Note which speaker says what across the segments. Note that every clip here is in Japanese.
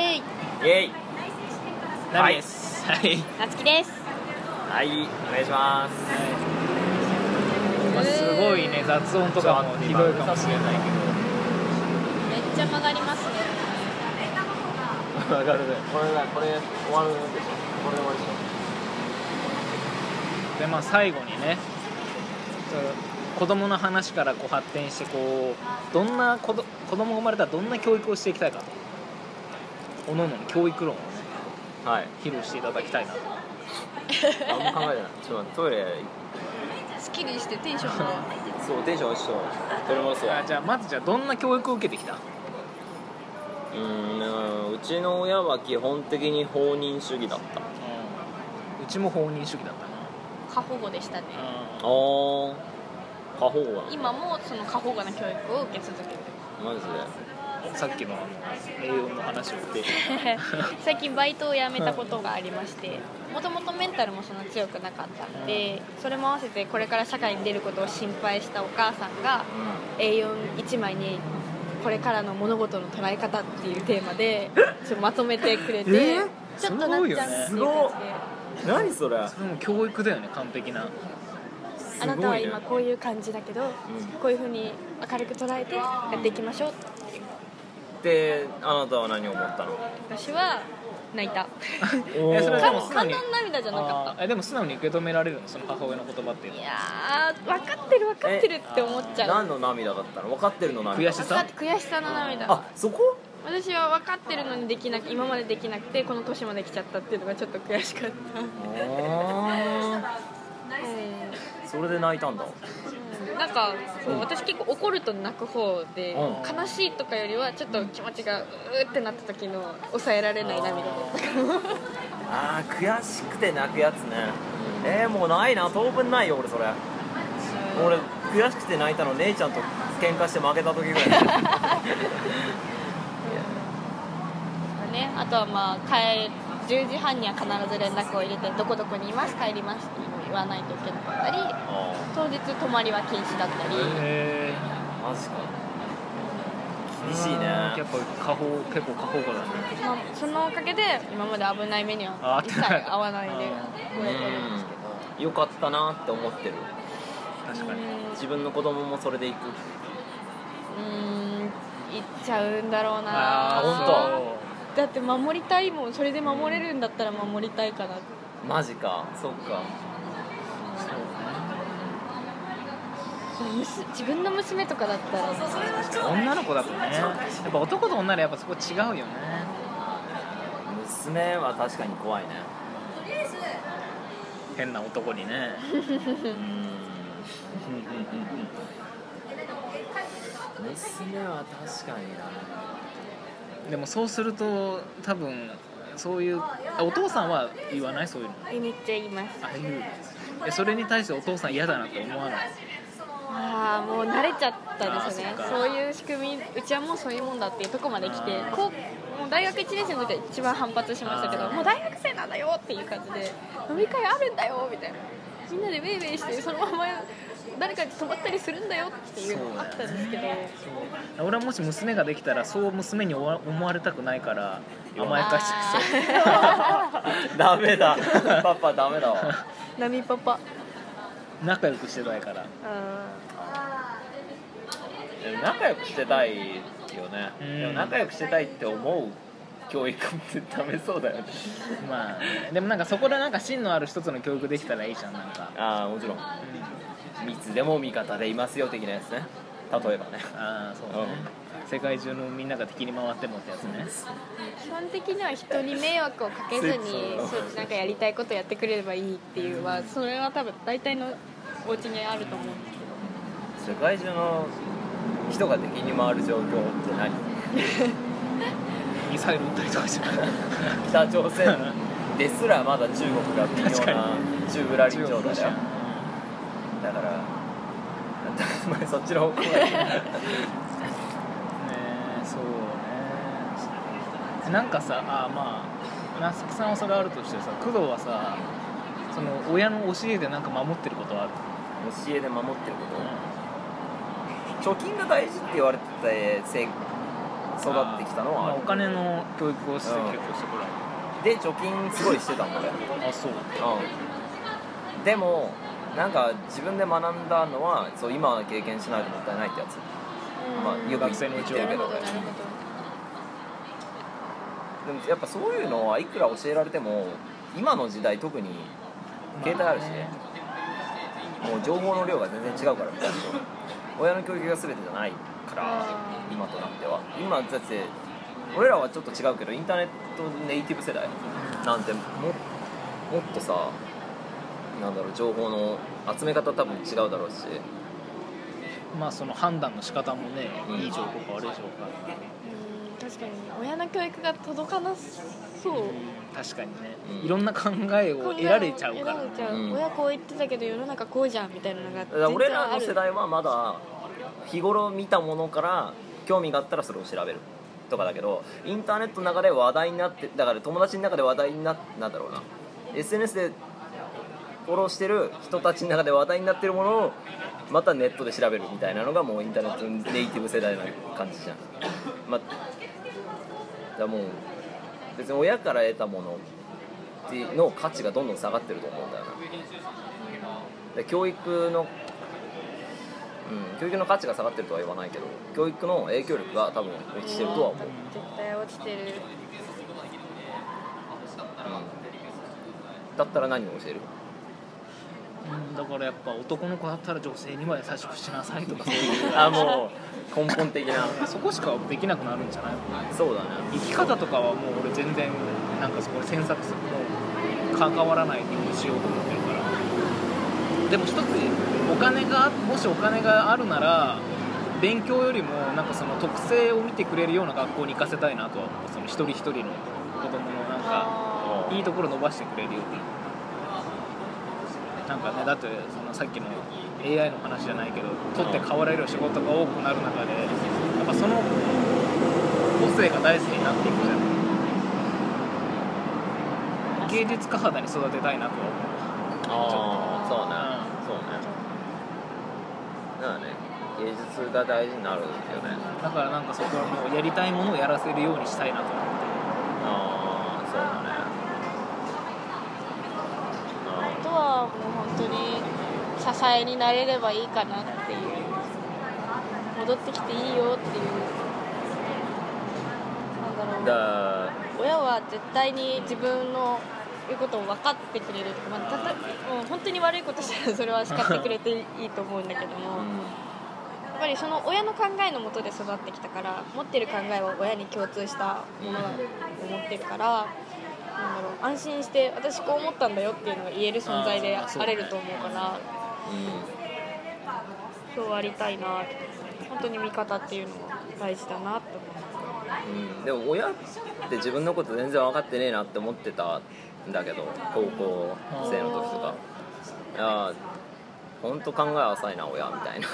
Speaker 1: イエイ
Speaker 2: ナビです
Speaker 1: はい
Speaker 3: なつきです
Speaker 1: はいお願いします
Speaker 2: まあすごいね雑音とかもひどいかもしれないけ
Speaker 3: めっちゃ曲がりますね
Speaker 1: わかるね
Speaker 4: これだこれ終わるでしょこれ終わるでしょ
Speaker 2: どでまあ最後にねちょっと子供の話からこう発展してこうどんな子ど子供が生まれたらどんな教育をしていきたいかとおのおのの教育論をね
Speaker 1: はい
Speaker 2: 披露していただきたいなと
Speaker 1: あんま考えてないちょっと待ってトイレ
Speaker 3: スッキリしてテンションが
Speaker 1: そうテンション落ちそう取り戻そう
Speaker 2: あじゃあまずじゃあどんな教育を受けてきた
Speaker 1: うーんうちの親は基本的に放任主義だった
Speaker 2: うんうちも放任主義だった
Speaker 3: 過保護でしたね
Speaker 1: あ
Speaker 2: な、
Speaker 1: ー過保護なの
Speaker 3: 今もその過保護な教育を受け続け て
Speaker 1: マジで
Speaker 2: さっきのあの栄養の話をして
Speaker 3: る最近バイトを辞めたことがありましてもともとメンタルもそんな強くなかったのでそれも合わせてこれから社会に出ることを心配したお母さんが A41 枚にこれからの物事の捉え方っていうテー マでちょっとまとめてくれて、
Speaker 2: えー
Speaker 3: ちょっとなっちゃんって
Speaker 1: す
Speaker 3: いう
Speaker 1: ごいよね
Speaker 3: 感じで。
Speaker 1: 何それ
Speaker 2: それも教育だよね完璧な
Speaker 3: あなたは今こういう感じだけど、こういうふうに明るく捉えてやっていきましょう
Speaker 1: であなたは何を思ったの
Speaker 3: 私は泣いた
Speaker 2: えそれで
Speaker 3: 感
Speaker 2: も素直
Speaker 3: 感
Speaker 2: に
Speaker 3: 動の涙じゃなか
Speaker 2: あ
Speaker 3: っ
Speaker 2: ーえでも素直に受け止められるのその母親の言葉っていう
Speaker 3: た
Speaker 2: の
Speaker 3: い
Speaker 2: は
Speaker 3: やー分かってる分かってるって思っちゃう
Speaker 1: 何の涙だったの分かってるの涙
Speaker 2: 悔し
Speaker 3: 分か
Speaker 2: さ
Speaker 3: って悔しさの涙
Speaker 1: あそこ
Speaker 3: 私は分かってるのにできなく今までできなくてこの年まで来ちゃったっていうのがちょっと悔しかった、うん
Speaker 1: あーそれで泣いたんだ
Speaker 3: なんかそう私結構怒ると泣く方で、
Speaker 1: うん
Speaker 3: 悲しいとかよりはちょっと気持ちがうーってなった時の抑えられない涙だった
Speaker 1: あー悔しくて泣くやつねえー、もうないな当分ないよ俺それ俺悔しくて泣いたの姉ちゃんと喧嘩して負けた時 ぐらい
Speaker 3: ね、あとはまあ帰10時半には必ず連絡を入れて「どこどこにいます帰ります」って言わないといけなかったり
Speaker 1: あ
Speaker 3: 当日泊まりは禁止だったり
Speaker 1: ー
Speaker 2: へ
Speaker 1: マジか
Speaker 2: ー
Speaker 1: 厳しいね
Speaker 2: やっぱ過保結構過保護だね
Speaker 3: まあそのおかげで今まで危ない目に
Speaker 2: あ
Speaker 3: は
Speaker 2: 会っ
Speaker 3: 一切
Speaker 2: てない
Speaker 3: 合わないで終えてるんですけど
Speaker 1: うんよかったなって思ってる
Speaker 2: 確かに
Speaker 1: 自分の子供もそれで行く
Speaker 3: うんうーん行っちゃうんだろうな
Speaker 2: あー
Speaker 1: 本
Speaker 2: 本
Speaker 3: だって守りたいもんそれで守れるんだったら守りたいかな
Speaker 1: マジかそっか
Speaker 2: 当そう
Speaker 3: 娘自分の娘とかだったら
Speaker 2: 女の子だとねやっぱ男と女でやっぱそこ違うよね
Speaker 1: 娘は確かに怖いね
Speaker 2: 変な男にね
Speaker 1: うーん娘は確かにな
Speaker 2: でもそうすると多分そういうあお父さんは言わないそういうの
Speaker 3: えめっちゃ言います
Speaker 2: あ言うえそれに対してお父さん嫌だなって思わない
Speaker 3: ああもう慣れちゃったですね
Speaker 2: あーそっか
Speaker 3: そういう仕組みうちはもうそういうもんだっていうとこまで来て
Speaker 2: あー
Speaker 3: こうもう大学1年生の時は一番反発しましたけ
Speaker 2: あ
Speaker 3: ど
Speaker 2: ー
Speaker 3: もう大学生なんだよっていう感じで飲み会あるんだよみたいなみんなでウェイウェイしてそのまま誰かに泊まったりするんだよっていうのがあったんですけど
Speaker 2: 俺はもし娘ができたらそう娘に思わ思われたくないから甘やかしてきそう
Speaker 3: あ
Speaker 1: ダメだパパダメだわ
Speaker 3: ー波パパ
Speaker 2: 仲良くしてたいから
Speaker 3: あ
Speaker 1: でも仲良くしてたいよね
Speaker 2: うん
Speaker 1: でも仲良くしてたいって思う教育も絶対ダメそうだよね
Speaker 2: まあねでもなんかそこでなんか芯のある一つの教育できたらいいじゃんなんか、
Speaker 1: ああもちろん
Speaker 2: うん、
Speaker 1: いつでも味方でいますよ的なやつね例えばね
Speaker 2: ああそうね、世界中のみんなが敵に回ってもってやつね
Speaker 3: ー基本的には人に迷惑をかけずにそうなんかやりたいことやってくれればいいっていうはそれは多分大体のお家にあると思うんですけど
Speaker 1: 世界中の人が敵に回る状況って何
Speaker 2: ミサイル撃ったりとかして
Speaker 1: 北朝鮮ですらまだ中国が微妙
Speaker 2: 確か
Speaker 1: な中ぶらり
Speaker 2: 中
Speaker 1: 状
Speaker 2: 国ロ
Speaker 1: 態
Speaker 2: シ
Speaker 1: だよ
Speaker 2: ア
Speaker 1: だからお前そっちの方 向へ
Speaker 2: ねそうねなんかさあーまあ那須木さんはそれあるとしてさ工藤はさその親の教えでなんか守ってることはある
Speaker 1: 教えで守ってること貯金が大事って言われてたせ育ってきたの
Speaker 2: ま
Speaker 1: はあ
Speaker 2: あ
Speaker 1: る
Speaker 2: お金の教育をして
Speaker 1: うん
Speaker 2: 結構してくら
Speaker 1: で貯金すごいしてたの俺
Speaker 2: いあそう
Speaker 1: うんでもなんか自分で学んだのはそう今は経験しないともったいないってやつ、まあ、よく言
Speaker 2: 学
Speaker 1: って
Speaker 2: 生
Speaker 1: る
Speaker 2: のうちは
Speaker 1: けど俺でもやっぱそういうのはいくら教えられても今の時代特に携帯あるしねもう情報の量が全然違うから昔と親の教育が全てじゃないから今となっては今だって俺らはちょっと違うけどインターネットネイティブ世代なんてももっとさなんだろう情報の集め方多分違うだろうし
Speaker 2: まあその判断の仕方もね
Speaker 1: うん
Speaker 2: いい情報か悪い情報か
Speaker 3: うん確かに親の教育が届かなそう
Speaker 2: 確かにね
Speaker 1: うん
Speaker 2: いろんな考えを得られちゃうから
Speaker 3: 得られちゃう
Speaker 1: うん
Speaker 3: 親こう言ってたけど世の中こうじゃんみたいなの
Speaker 1: だ
Speaker 3: が
Speaker 1: から俺らの
Speaker 3: 全
Speaker 1: 世
Speaker 3: 然ある
Speaker 1: 代はまだ日頃見たものから興味があったらそれを調べるとかだけどインターネットの中で話題になってだから友達の中で話題になっなんだろうな SNS でフォローしてる人たちの中で話題になってるものをまたネットで調べるみたいなのがもうインターネットのネイティブ世代な感じじゃん、まあ、だからもう別に親から得たものっていうの価値がどんどん下がってると思うんだよなで教育の、うん、教育の価値が下がってるとは言わないけど教育の影響力が多分落ちてるとは思う、
Speaker 3: 絶対落ちてる
Speaker 1: だったら何を教える
Speaker 2: うんだからやっぱ男の子だったら女性には優しくしなさいとかそう いう
Speaker 1: あもう根本的な
Speaker 2: そこしかできなくなるんじゃない
Speaker 1: そうだね
Speaker 2: 生き方とかはもう俺全然なんかそこで詮索するの関わらないようにしようと思ってるからでも一つお金がもしお金があるなら勉強よりもなんかその特性を見てくれるような学校に行かせたいなとは思うその一人一人の子供のなんか
Speaker 3: あ
Speaker 2: いいところ伸ばしてくれるようになんかねだってそのさっきの AI の話じゃないけど取って代わられる仕事が多くなる中でやっぱその個性が大事になっていくじゃない芸術家肌に育てたいなとは思う
Speaker 1: ああそうねそうねだからね芸術が大事になるよね
Speaker 2: だからなんかそこはもうやりたいものをやらせるようにしたいなと思って
Speaker 1: ああそうだね
Speaker 3: あとはもう本当に支えになれればいいかなっていう戻ってきていいよっていうなんだろう
Speaker 1: だ
Speaker 3: 親は絶対に自分の言うことを分かってくれる、まあ、たたもう本当に悪いことしたらそれは叱ってくれていいと思うんだけども、やっぱりその親の考えのもとで育ってきたから持ってる考えは親に共通したものだと思ってるから、なんだろう安心して私こう思ったんだよっていうのが言える存在で
Speaker 2: あーそう
Speaker 3: あれると思うから
Speaker 1: う、
Speaker 3: そうありたいな本当に味方っていうのは大事だなって思うん
Speaker 1: うん、でも親って自分のこと全然分かってねえなって思ってたんだけど高校生の時とかああ本当考え浅いな親みたいな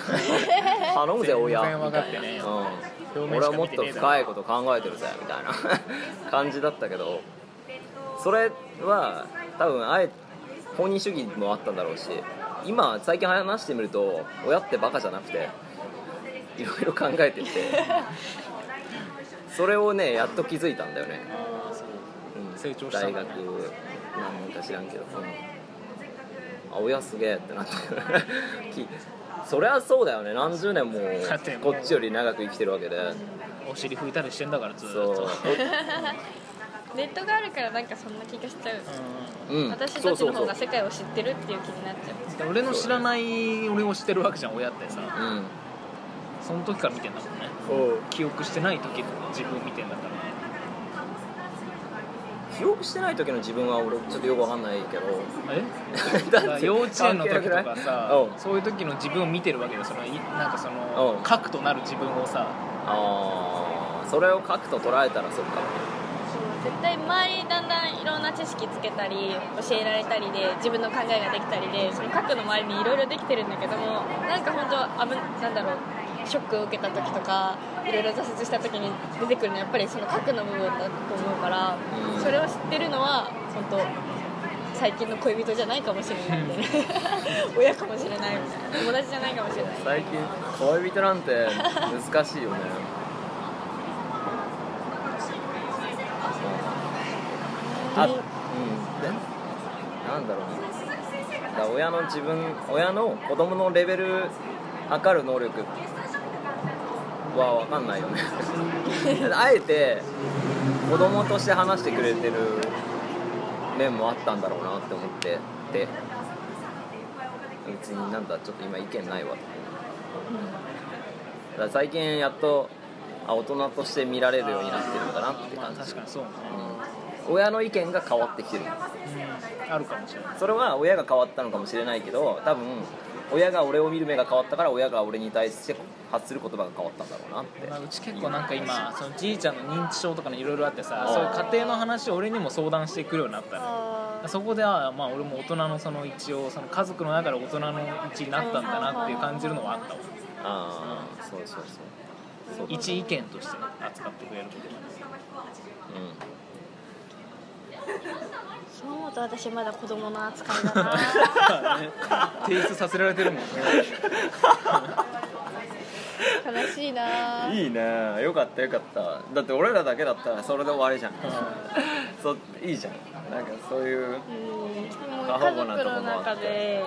Speaker 1: 頼むぜ親
Speaker 2: 全然分
Speaker 1: み
Speaker 2: か
Speaker 1: た
Speaker 2: って
Speaker 1: い
Speaker 2: ねえ
Speaker 1: な、
Speaker 2: よ
Speaker 1: うん、
Speaker 2: 表面
Speaker 1: 俺
Speaker 2: し
Speaker 1: は
Speaker 2: か
Speaker 1: もっ
Speaker 2: 見て
Speaker 1: と
Speaker 2: ねえだろ
Speaker 1: 深いこと考えてるぜみたいな 感じだったけどそれは多分あえ放任主義もあったんだろうし今最近話してみると親ってバカじゃなくていろいろ考えててそれをねやっと気づいたんだよね、うん、
Speaker 2: 成長した
Speaker 1: 大
Speaker 2: んだ
Speaker 1: 学
Speaker 2: ね
Speaker 1: 何年か知らんけど、うんあ親すげえってなって きそりゃそうだよね何十年も
Speaker 2: だって
Speaker 1: こっちより長く生きてるわけで
Speaker 2: お尻拭いたりしてんだからずーっ
Speaker 1: そ
Speaker 2: と
Speaker 3: ネットがあるからなんかそんな気がしちゃう、
Speaker 1: う、うん、
Speaker 3: 私
Speaker 1: そ
Speaker 3: た
Speaker 1: う
Speaker 3: ち
Speaker 1: そ
Speaker 3: の
Speaker 1: うそ
Speaker 3: 方
Speaker 1: う
Speaker 3: が世界を知ってるっていう気になっちゃう
Speaker 2: うん俺の知らない俺を知ってるわけじゃん親ってさ
Speaker 1: うん
Speaker 2: その時から見てんだもんね記憶してない時の自分を見てんだから
Speaker 1: 記憶してない時の自分は俺ちょっとよくわかんないけど
Speaker 2: え
Speaker 1: だっ
Speaker 2: だ
Speaker 1: て
Speaker 2: から幼稚園の時とかさ
Speaker 1: うん
Speaker 2: そういう時の自分を見てるわけでそのいなんかそ
Speaker 1: うん
Speaker 2: の核となる自分をさ
Speaker 1: ああそれを書くと捉えたらそっか
Speaker 3: そう絶対周りにだんだんいろんな知識つけたり教えられたりで自分の考えができたりでその核の周りにいろいろできてるんだけどもなんか本当危なんだろうショックを受けた時とかいろいろ挫折した時に出てくるのはやっぱりその核の部分だと思うから
Speaker 1: うん
Speaker 3: それを知ってるのは本当最近の恋人じゃないかもしれ ないみたいな親かもしれないみたいな友達じゃないかもしれない
Speaker 1: 最近恋人なんて難しいよねあうんでなんだろうなだから親の自分親の子供のレベル測る能力は分かんないよね あえて子供として話してくれてる面もあったんだろうなって思ってで別になんだちょっと今意見ないわとだから最近やっとあ大人として見られるようになってるのかなって
Speaker 2: まあ
Speaker 1: 感じ、
Speaker 2: 確かにそうね、
Speaker 1: うん、親の意見が変わってきてる
Speaker 2: うん、あるかもしれない
Speaker 1: それは親が変わったのかもしれないけど多分親が俺を見る目が変わったから親が俺に対して発する言葉が変わったんだろうなって
Speaker 2: まあうち結構なんか今そのじいちゃんの認知症とかにいろいろあってさ
Speaker 1: あー
Speaker 2: そういう家庭の話を俺にも相談してくるようになったの
Speaker 3: あー
Speaker 2: そこであーまあ俺も大人のその一応その家族の中で大人の一になったんだなっていう感じるのはあったわ
Speaker 1: ああそうそうそうそうだね
Speaker 2: 一意見としてね扱ってくれることが
Speaker 3: そう思うと私まだ子供の扱い だな
Speaker 2: 提出させられてるもんね
Speaker 3: 悲しいな
Speaker 1: うんいいねよかったよかっただって俺らだけだったらそれで終わりじゃんそいいじゃんなんかそういう
Speaker 3: うんもう
Speaker 1: 過
Speaker 3: 家
Speaker 1: 保護
Speaker 3: 族
Speaker 1: なとこ
Speaker 3: の
Speaker 1: もあ
Speaker 3: 中
Speaker 1: って
Speaker 3: で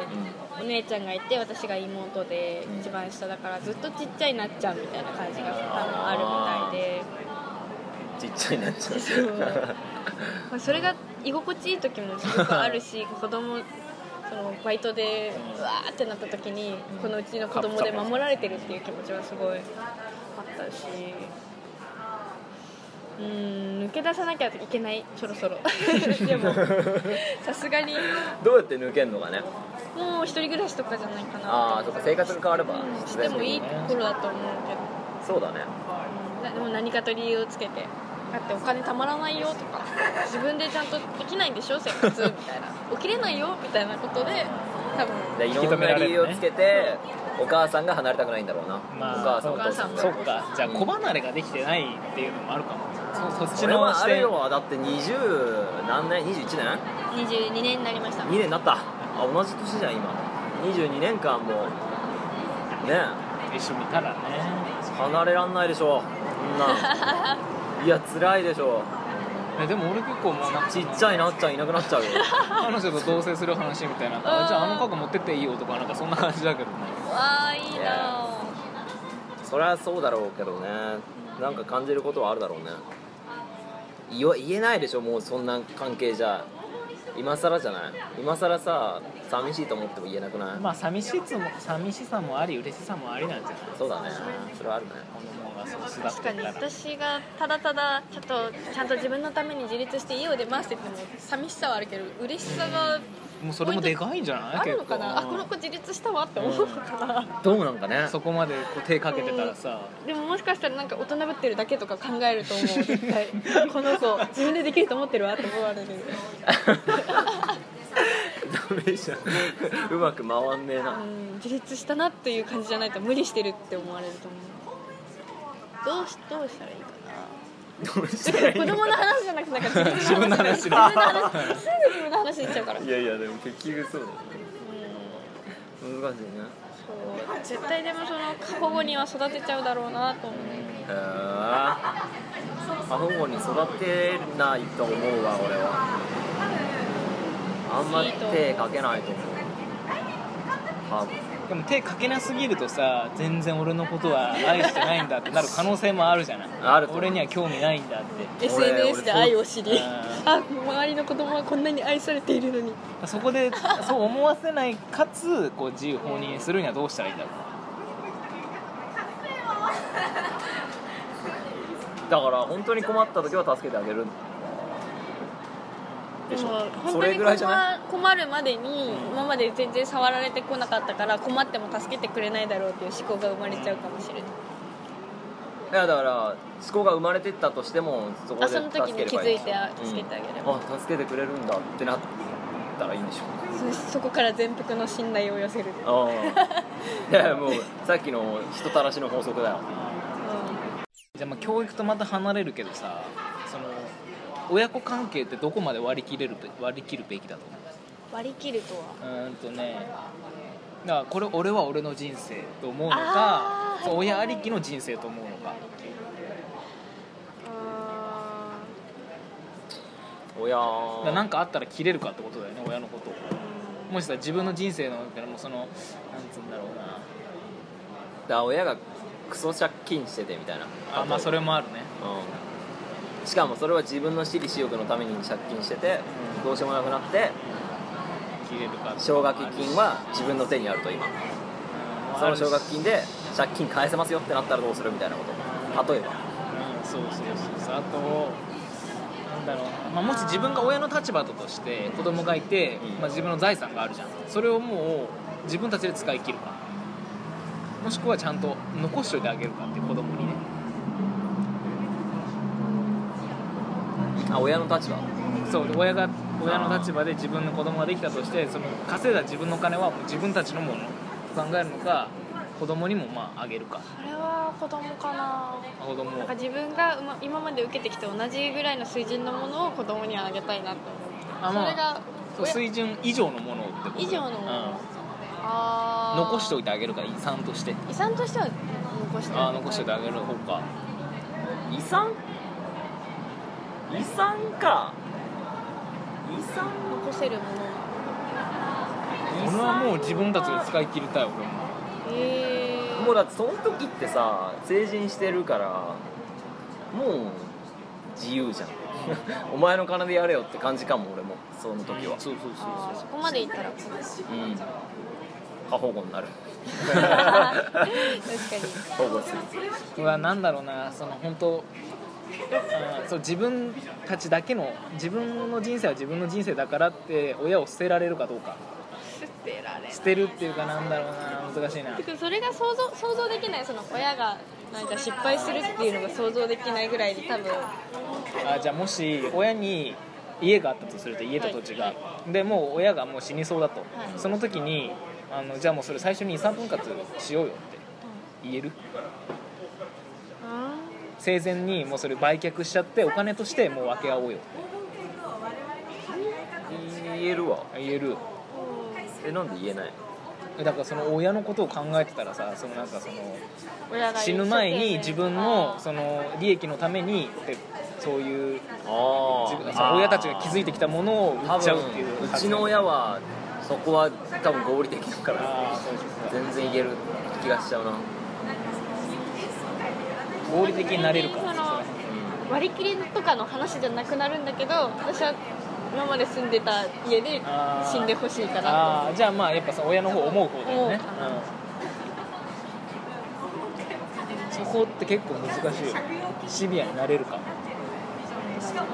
Speaker 3: お姉ちゃんがいて私が妹で
Speaker 1: うん
Speaker 3: 一番下だからずっとちっちゃいなっちゃんみたいな感じがあのあるみたいで
Speaker 1: うんちっちゃいなっちゃう
Speaker 3: そうまあそれが居心地いい時もすごくあるし子供そのバイトでうわーってなった時にこのうちの子供で守られてるっていう気持ちはすごいあったしうん抜け出さなきゃいけないそろ そろでもさすがに
Speaker 1: どうやって抜けんのかね
Speaker 3: もう一人暮らしとかじゃないか
Speaker 1: あ
Speaker 3: な
Speaker 1: あそっか生活が変われば
Speaker 3: うんしてもいい頃だと思うけど
Speaker 1: そうだね
Speaker 3: なでも何かと理由をつけてだってお金たまらないよとか自分でちゃんとできないんでしょ生活みたいな起きれないよみたいなことで多分
Speaker 1: でいろんな理由をつけてお母さんが離れたくないんだろうな、
Speaker 2: まあ
Speaker 1: お母さんお
Speaker 2: お
Speaker 1: 父
Speaker 3: 母
Speaker 1: さ
Speaker 3: さ
Speaker 1: ん
Speaker 3: ん
Speaker 1: が
Speaker 3: が
Speaker 2: そっかじゃあ子離れができてないっていうのもあるかもそそっち
Speaker 1: それ
Speaker 2: の
Speaker 1: は
Speaker 2: 視
Speaker 1: あれ
Speaker 2: 点
Speaker 1: よだって20何年21年
Speaker 3: 22年になりました
Speaker 1: 2年になったあ同じ年じゃん今22年間もうね
Speaker 2: 一緒にいたらね
Speaker 1: 離れらんないでしょそんなん いや辛いでしょ
Speaker 2: ねでも俺結構もうなんか
Speaker 1: ちっちゃいなっちゃんいなくなっちゃうよ
Speaker 2: 彼女と同棲する話みたいなあじゃああの過去持ってっていいよとかなんかそんな感じだけどね
Speaker 3: わあいいな
Speaker 1: そりゃそうだろうけどねなんか感じることはあるだろうね言わ言えないでしょもうそんな関係じゃ今更じゃない今更さ寂しいと思っても言えなくない、
Speaker 2: まあ寂しつも寂しさもあり嬉しさもありなんじゃない
Speaker 1: そうだねそれはあるね
Speaker 2: 子供がそう巣立
Speaker 3: 確
Speaker 2: って
Speaker 3: かに
Speaker 2: ったら
Speaker 3: 私がただただちょっとちゃんと自分のために自立して家を出ますって言っても寂しさはあるけど嬉しさが
Speaker 2: もうそれもでかいんじゃない
Speaker 3: あるのかなあ
Speaker 2: 結構
Speaker 3: この子自立したわって思うのかな
Speaker 1: どうなんかね
Speaker 2: そこまでこう手かけてたらさ、
Speaker 3: でももしかしたらなんか大人ぶってるだけとか考えると思う絶対この子自分でできると思ってるわって思われる
Speaker 1: ダメじゃんうまく回んねえ
Speaker 3: う
Speaker 1: なん
Speaker 3: 自立したなっていう感じじゃないと無理してるって思われると思うどうしどうしたらいいか
Speaker 1: どうしたら
Speaker 3: な子供の話じゃなくてなんか自分の話
Speaker 2: 自
Speaker 3: 自
Speaker 2: 分
Speaker 3: 分
Speaker 2: の
Speaker 3: の話すぐ自分の話にしちゃうからうん
Speaker 1: いやいやでも結局そうだね難しいね
Speaker 3: そう絶対でもその過保護には育てちゃうだろうなと思う
Speaker 1: へえ過保護に育てないと思うわ俺はあんまり手かけないと思う多分
Speaker 2: でも手かけなすぎるとさ全然俺のことは愛してないんだってなる可能性もあるじゃない
Speaker 1: あると思う
Speaker 2: 俺には興味ないんだって
Speaker 1: 俺
Speaker 3: SNS で愛を知り
Speaker 2: 俺そう
Speaker 3: あ周りの子供はこんなに愛されているのに
Speaker 2: そこでそう思わせないかつこう自由放任するにはどうしたらいいんだろう
Speaker 1: だから本当に困った時は助けてあげるでしょ
Speaker 3: もう本
Speaker 1: そ
Speaker 3: 当
Speaker 1: れ
Speaker 3: に
Speaker 1: ぐ
Speaker 3: 困
Speaker 1: らいじゃない
Speaker 3: 困るまでに今まで全然触られてこなかったから困っても助けてくれないだろうっていう思考が生まれちゃうかもしれない
Speaker 1: いやだから思考が生まれてったとしてもそこで
Speaker 3: あその時に
Speaker 1: 助ければいい
Speaker 3: 気づいてあ助けてあげれば
Speaker 1: うんあ助けてくれるんだってなったらいいんで しょ
Speaker 3: そそこから全幅の信頼を寄せる、うん
Speaker 1: ああいやもうさっきの人たらしの法則だよ
Speaker 2: じゃあまあ教育とまた離れるけどさその親子関係ってどこまで割り切れるべ割り切るべきだと思う
Speaker 3: 割り切るとは
Speaker 2: うーんとねだからこれ俺は俺の人生と思うのか
Speaker 3: あー
Speaker 2: そう
Speaker 3: はい
Speaker 2: 親
Speaker 3: は
Speaker 2: あ
Speaker 3: いはい
Speaker 2: りきの人生と思うのか
Speaker 3: うーん
Speaker 1: 親
Speaker 2: だからなんかあったら切れるかってことだよね親のことをもしさ自分の人生の中でもそのなんつうんだろうな
Speaker 1: だから親がクソ借金しててみたいな
Speaker 2: あまあそれもあるね
Speaker 1: うん、しかもそれは自分の私利私欲のために借金してて
Speaker 2: うん
Speaker 1: どうしようもなくなって
Speaker 2: 切れるか
Speaker 1: 奨学金は自分の手にあると今その奨学金
Speaker 2: で、
Speaker 1: で借金返せますよってなったらどうするみたいなこと例えば
Speaker 2: うん、そうそうそうそうあとなんだろうな、まあ、もし自分が親の立場だとして子供がいて、
Speaker 1: うん
Speaker 2: まあ、自分の財産があるじゃんそれをもう自分たちで使い切るかもしくはちゃんと残しといてあげるかって子供にね
Speaker 1: あ親の立場
Speaker 2: そうで親が親の立場で自分の子供ができたとしてその稼いだ自分のお金はもう自分たちのものと考えるのか子供にもまああげるか
Speaker 3: あれは子供かな
Speaker 2: 子供
Speaker 3: なんか自分がうま今まで受けてきて同じぐらいの水準のものを子供にはあげたいなと
Speaker 2: あ
Speaker 3: 思うそれ
Speaker 2: まあ
Speaker 3: が
Speaker 2: そう水準以上のものってこと
Speaker 3: 以上のも
Speaker 2: うん
Speaker 3: の、あー
Speaker 2: 残しておいてあげるから遺産として
Speaker 3: 遺産としては残して
Speaker 2: あー残しておいてあげる方か
Speaker 1: 遺産遺産か遺産
Speaker 3: 残せるもの
Speaker 1: 遺
Speaker 2: 俺
Speaker 1: 産
Speaker 2: はもう自分たちで使い切りたい俺も
Speaker 3: ええー、
Speaker 1: もうだってその時ってさ成人してるからもう自由じゃん お前の金でやれよって感じかも俺もその時は
Speaker 2: そうそうそう
Speaker 3: あー
Speaker 2: そ
Speaker 3: そこまでい ったら 確か
Speaker 1: うん過保護になる
Speaker 3: に
Speaker 1: 保護する
Speaker 2: ううわなんだろうなその本当あーそう自分たちだけの自分の人生は自分の人生だからって親を捨てられるかどうか
Speaker 3: 捨てられ
Speaker 2: 捨てるっていうかなんだろうな難しいな
Speaker 3: てかそれが想像想像できないその親がなんか失敗するっていうのが想像できないぐらいで多分
Speaker 2: あじゃあもし親に家があったとすると家と土地が、でもう親がもう死にそうだと、その時にあのじゃあもうそれ最初に遺産分割しようよって言える生前にもうそれ売却しちゃってお金としてもう分け合おうよ
Speaker 1: 言えるわ
Speaker 2: 言える
Speaker 1: えなんで言えない
Speaker 2: だからその親のことを考えてたらさそのなんかその
Speaker 3: 親が一生懸命
Speaker 2: 死ぬ前に自分の
Speaker 3: あー
Speaker 2: その利益のためにってそういう
Speaker 1: あ
Speaker 2: 自分その親たちが築いてきたものを売
Speaker 1: 多
Speaker 2: っちゃ
Speaker 1: 分
Speaker 2: うっていう
Speaker 1: うちの親はそこは多分合理的だから
Speaker 2: あーそうそうそう
Speaker 1: 全然言える気がしちゃうな、うん、
Speaker 2: 合理的になれるか
Speaker 3: その
Speaker 2: それ
Speaker 3: 割り切りとかの話じゃなくなるんだけど私は今まで住んでた家で死んでほしいかな
Speaker 2: ああじゃあまあやっぱさ親の方思う方だよ
Speaker 3: 思
Speaker 2: ね
Speaker 3: うか、
Speaker 2: うん、そこって結構難しいよねシビアになれるかも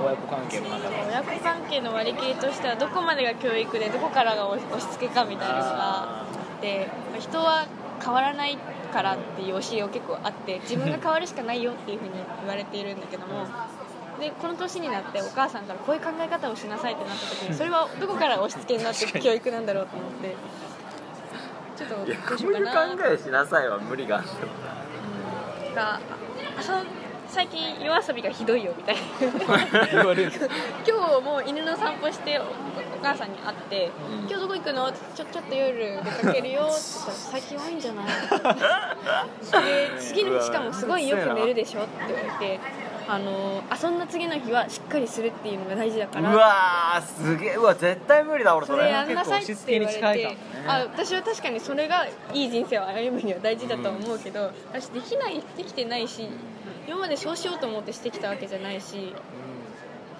Speaker 2: 親子関係の中で
Speaker 3: と親子関係の割り切りとしてはどこまでが教育でどこからが押し付けかみたいなのがあってまあ人は変わらないからっていう教えを結構あって自分が変わるしかないよっていうふうに言われているんだけども。でこの年になってお母さんからこういう考え方をしなさいってなった時にそれはどこから押し付けになって教育なんだろうと思ってちょっと
Speaker 1: いや
Speaker 3: ど
Speaker 1: こ
Speaker 3: うし
Speaker 1: う
Speaker 3: よう
Speaker 1: い
Speaker 3: か
Speaker 1: う
Speaker 3: なって
Speaker 1: 考えしなさいは無理がある
Speaker 3: が遊ん最近夜遊びがひどいよみたいな
Speaker 2: 言われる
Speaker 3: 今日も犬の散歩しておお母さんに会って
Speaker 1: うん
Speaker 3: 「今日どこ行くのちょ」ちょっと夜出かける よ」って言ったら「最近多いんじゃない?」で次の日しかもすごいよく寝るでしょって言われて。あの遊んだ次の日はしっかりするっていうのが大事だか
Speaker 1: う
Speaker 3: ら
Speaker 1: わーすげえうわ絶対無理だ俺
Speaker 3: そ
Speaker 1: そ
Speaker 3: れ
Speaker 1: れ
Speaker 3: やんなさいって言われ
Speaker 2: 結構押し付けに近い
Speaker 3: て、
Speaker 2: かもね
Speaker 3: あ私は確かにそれがいい人生を歩むには大事だとは思うけど、私できないできてないし今までそうしようと思ってしてきたわけじゃないし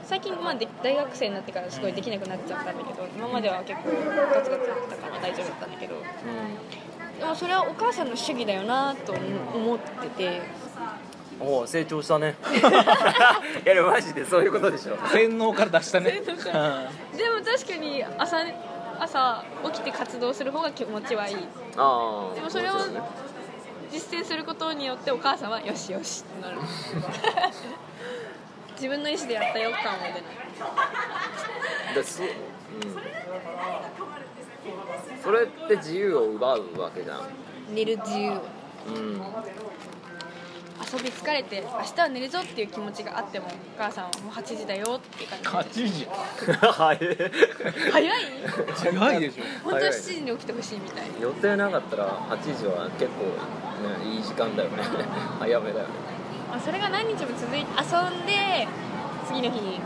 Speaker 3: 最近、まあ、で大学生になってからすごいできなくなっちゃったんだけど今までは結構ガツガツだったから大丈夫だったんだけどでもそれはお母さんの主義だよなと思ってて
Speaker 1: うんおお成長したね いやでもマジでそういうことでしょ
Speaker 2: 洗脳から出したね
Speaker 3: 洗脳からでも確かに朝朝起きて活動する方が気持ちはいい
Speaker 1: ああ
Speaker 3: でもそれを実践することによってお母さんはよしよしってなる自分の意思でやったよ感は出ない
Speaker 1: でそ,、うん、それって自由を奪うわけじゃん、
Speaker 3: 寝る自由
Speaker 1: うん、
Speaker 3: 遊び疲れて明日は寝るぞっていう気持ちがあってもお母さんはもう8時だよっていう感
Speaker 2: 8
Speaker 3: じで
Speaker 2: 時
Speaker 1: はい
Speaker 3: 早い
Speaker 2: 早いでしょ
Speaker 3: 本当
Speaker 1: 早
Speaker 3: はい7時に起きてほしいみたい
Speaker 1: 予定なかったら8時は結構、ね、いい時間だよね早めだよね
Speaker 3: まあそれが何日も続いて遊んで次の日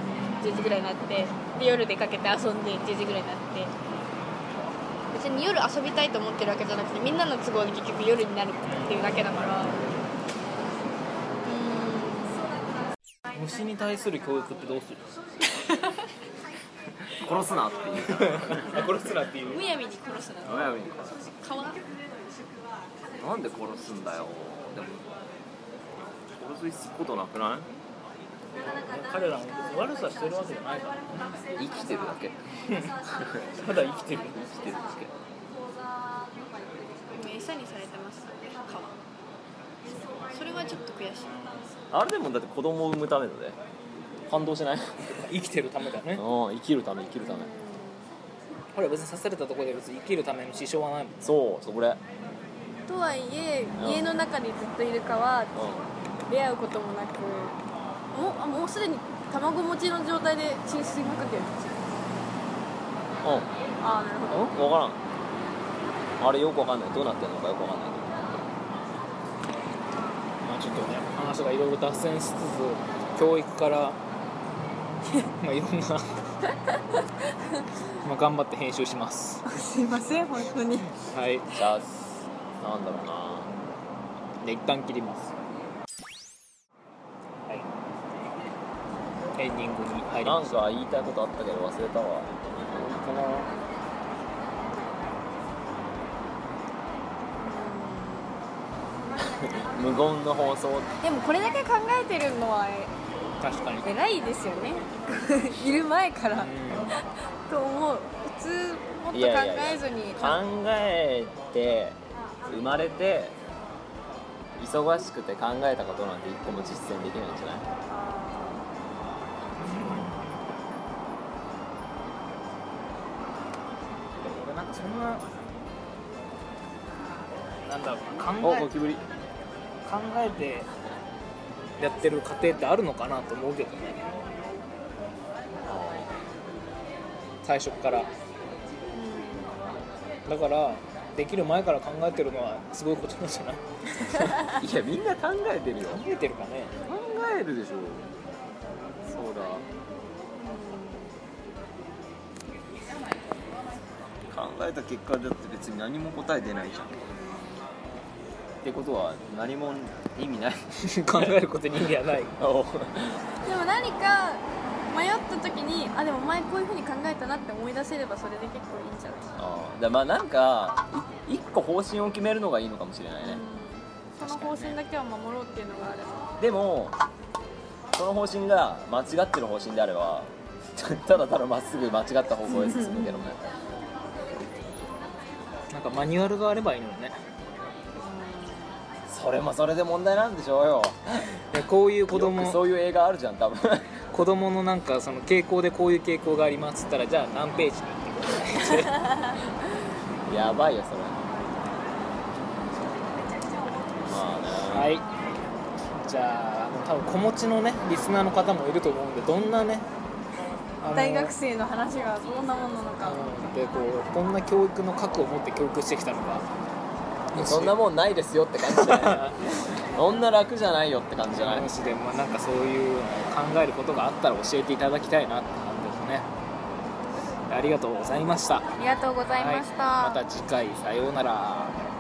Speaker 3: 10時ぐらいになってで夜出かけて遊んで10時ぐらいになって別に夜遊びたいと思ってるわけじゃなくてみんなの都合で結局夜になるっていうだけだからう
Speaker 2: 虫に対する教育ってどうする
Speaker 1: 殺すなっていうか
Speaker 2: 殺すなってい
Speaker 3: ーんむやみに殺すな
Speaker 1: ら親指に
Speaker 3: 顔な
Speaker 1: なんで殺すんだよでも殺すことなくな
Speaker 2: 彼らも悪さしてるわけじゃないから
Speaker 1: い生きてるだけ
Speaker 2: ただ生きてる
Speaker 1: 生きてるだけ
Speaker 3: 餌にされてますからね皮それはちょっと悔しい
Speaker 1: あれでもだって子供を産むためだね感動しない
Speaker 2: 生きてるためだね
Speaker 1: 生きるため生きるため
Speaker 2: ほら別に刺されたところで別に生きるための支障はないもん
Speaker 1: そうそれ
Speaker 3: とはいえ
Speaker 1: うん
Speaker 3: 家の中にずっといるかは
Speaker 1: う
Speaker 3: 出会うこともなくもうあもうすでに卵持ちの状態で浸水まくってる
Speaker 1: んうん
Speaker 3: ああなるほ
Speaker 1: う
Speaker 3: ど
Speaker 1: ん分からんあれよくわかんないどうなってんのかよくわかんない
Speaker 2: まあちょっとね話がいろいろ脱線しつつ教育から まあいろんな まあ頑張って編集します
Speaker 3: すいません本当に
Speaker 2: はい
Speaker 1: けどじゃあなんだろうな
Speaker 2: で一旦切りますはいエンディングに入り
Speaker 1: な
Speaker 2: ま
Speaker 1: ん
Speaker 2: す
Speaker 1: か言いたいことあったけど忘れたわ
Speaker 2: かな
Speaker 1: 無言の放送
Speaker 3: でもこれだけ考えてるのは
Speaker 2: 確かに
Speaker 3: 偉いですよね いる前から
Speaker 2: う
Speaker 3: と思う普通もっと
Speaker 1: い
Speaker 3: 考
Speaker 1: やいやいや
Speaker 3: えずに
Speaker 1: 考えて生まれて忙しくて考えたことなんて一個も実践できないんじゃない
Speaker 2: んでも俺なんかそんななんだろう
Speaker 1: お
Speaker 2: 考
Speaker 1: ゴ
Speaker 2: え
Speaker 1: キブリ
Speaker 2: 考えてやってる過程ってあるのかなと思うけどね最初っからだからできる前から考えてるのはすごいことなんじゃない
Speaker 1: いやみんな考えてるよ
Speaker 2: 考えてるかね
Speaker 1: 考えるでしょそうだ考えた結果だって別に何も答え出ないじゃんってことは何も意味ない
Speaker 2: 考えることに意味はない
Speaker 3: でも何か迷った時にあでも前こういうふうに考えたなって思い出せればそれで結構いいんじゃない
Speaker 1: あーだまあなんかい一個方針を決めるのがいいのかもしれないね
Speaker 3: その方針だけは守ろうっていうのがあれば
Speaker 1: でもその方針が間違ってる方針であればただただまっすぐ間違った方向へ進むけどね
Speaker 2: なんかマニュアルがあればいいのにね
Speaker 1: それもそれで問題なんでしょうよ
Speaker 2: いやこういう子
Speaker 1: よく
Speaker 2: 供
Speaker 1: そういう映画あるじゃん多分
Speaker 2: 子供のなんかその傾向でこういう傾向がありますっつったらじゃあ何ページに
Speaker 1: やばいよそれまあね
Speaker 2: はいじゃあ多分子持ちのねリスナーの方もいると思うんでどんなねあの
Speaker 3: 大学生の話がどんなものなのか
Speaker 2: うんでこうどんな教育の核を持って教育してきたのか
Speaker 1: そんなもんないですよって感じじゃ ないそんな楽じゃないよって感じじゃない
Speaker 2: もしでもなんかそういうのを考えることがあったら教えていただきたいなって感じですねありがとうございました
Speaker 3: ありがとうございました、
Speaker 2: はい、また次回さようなら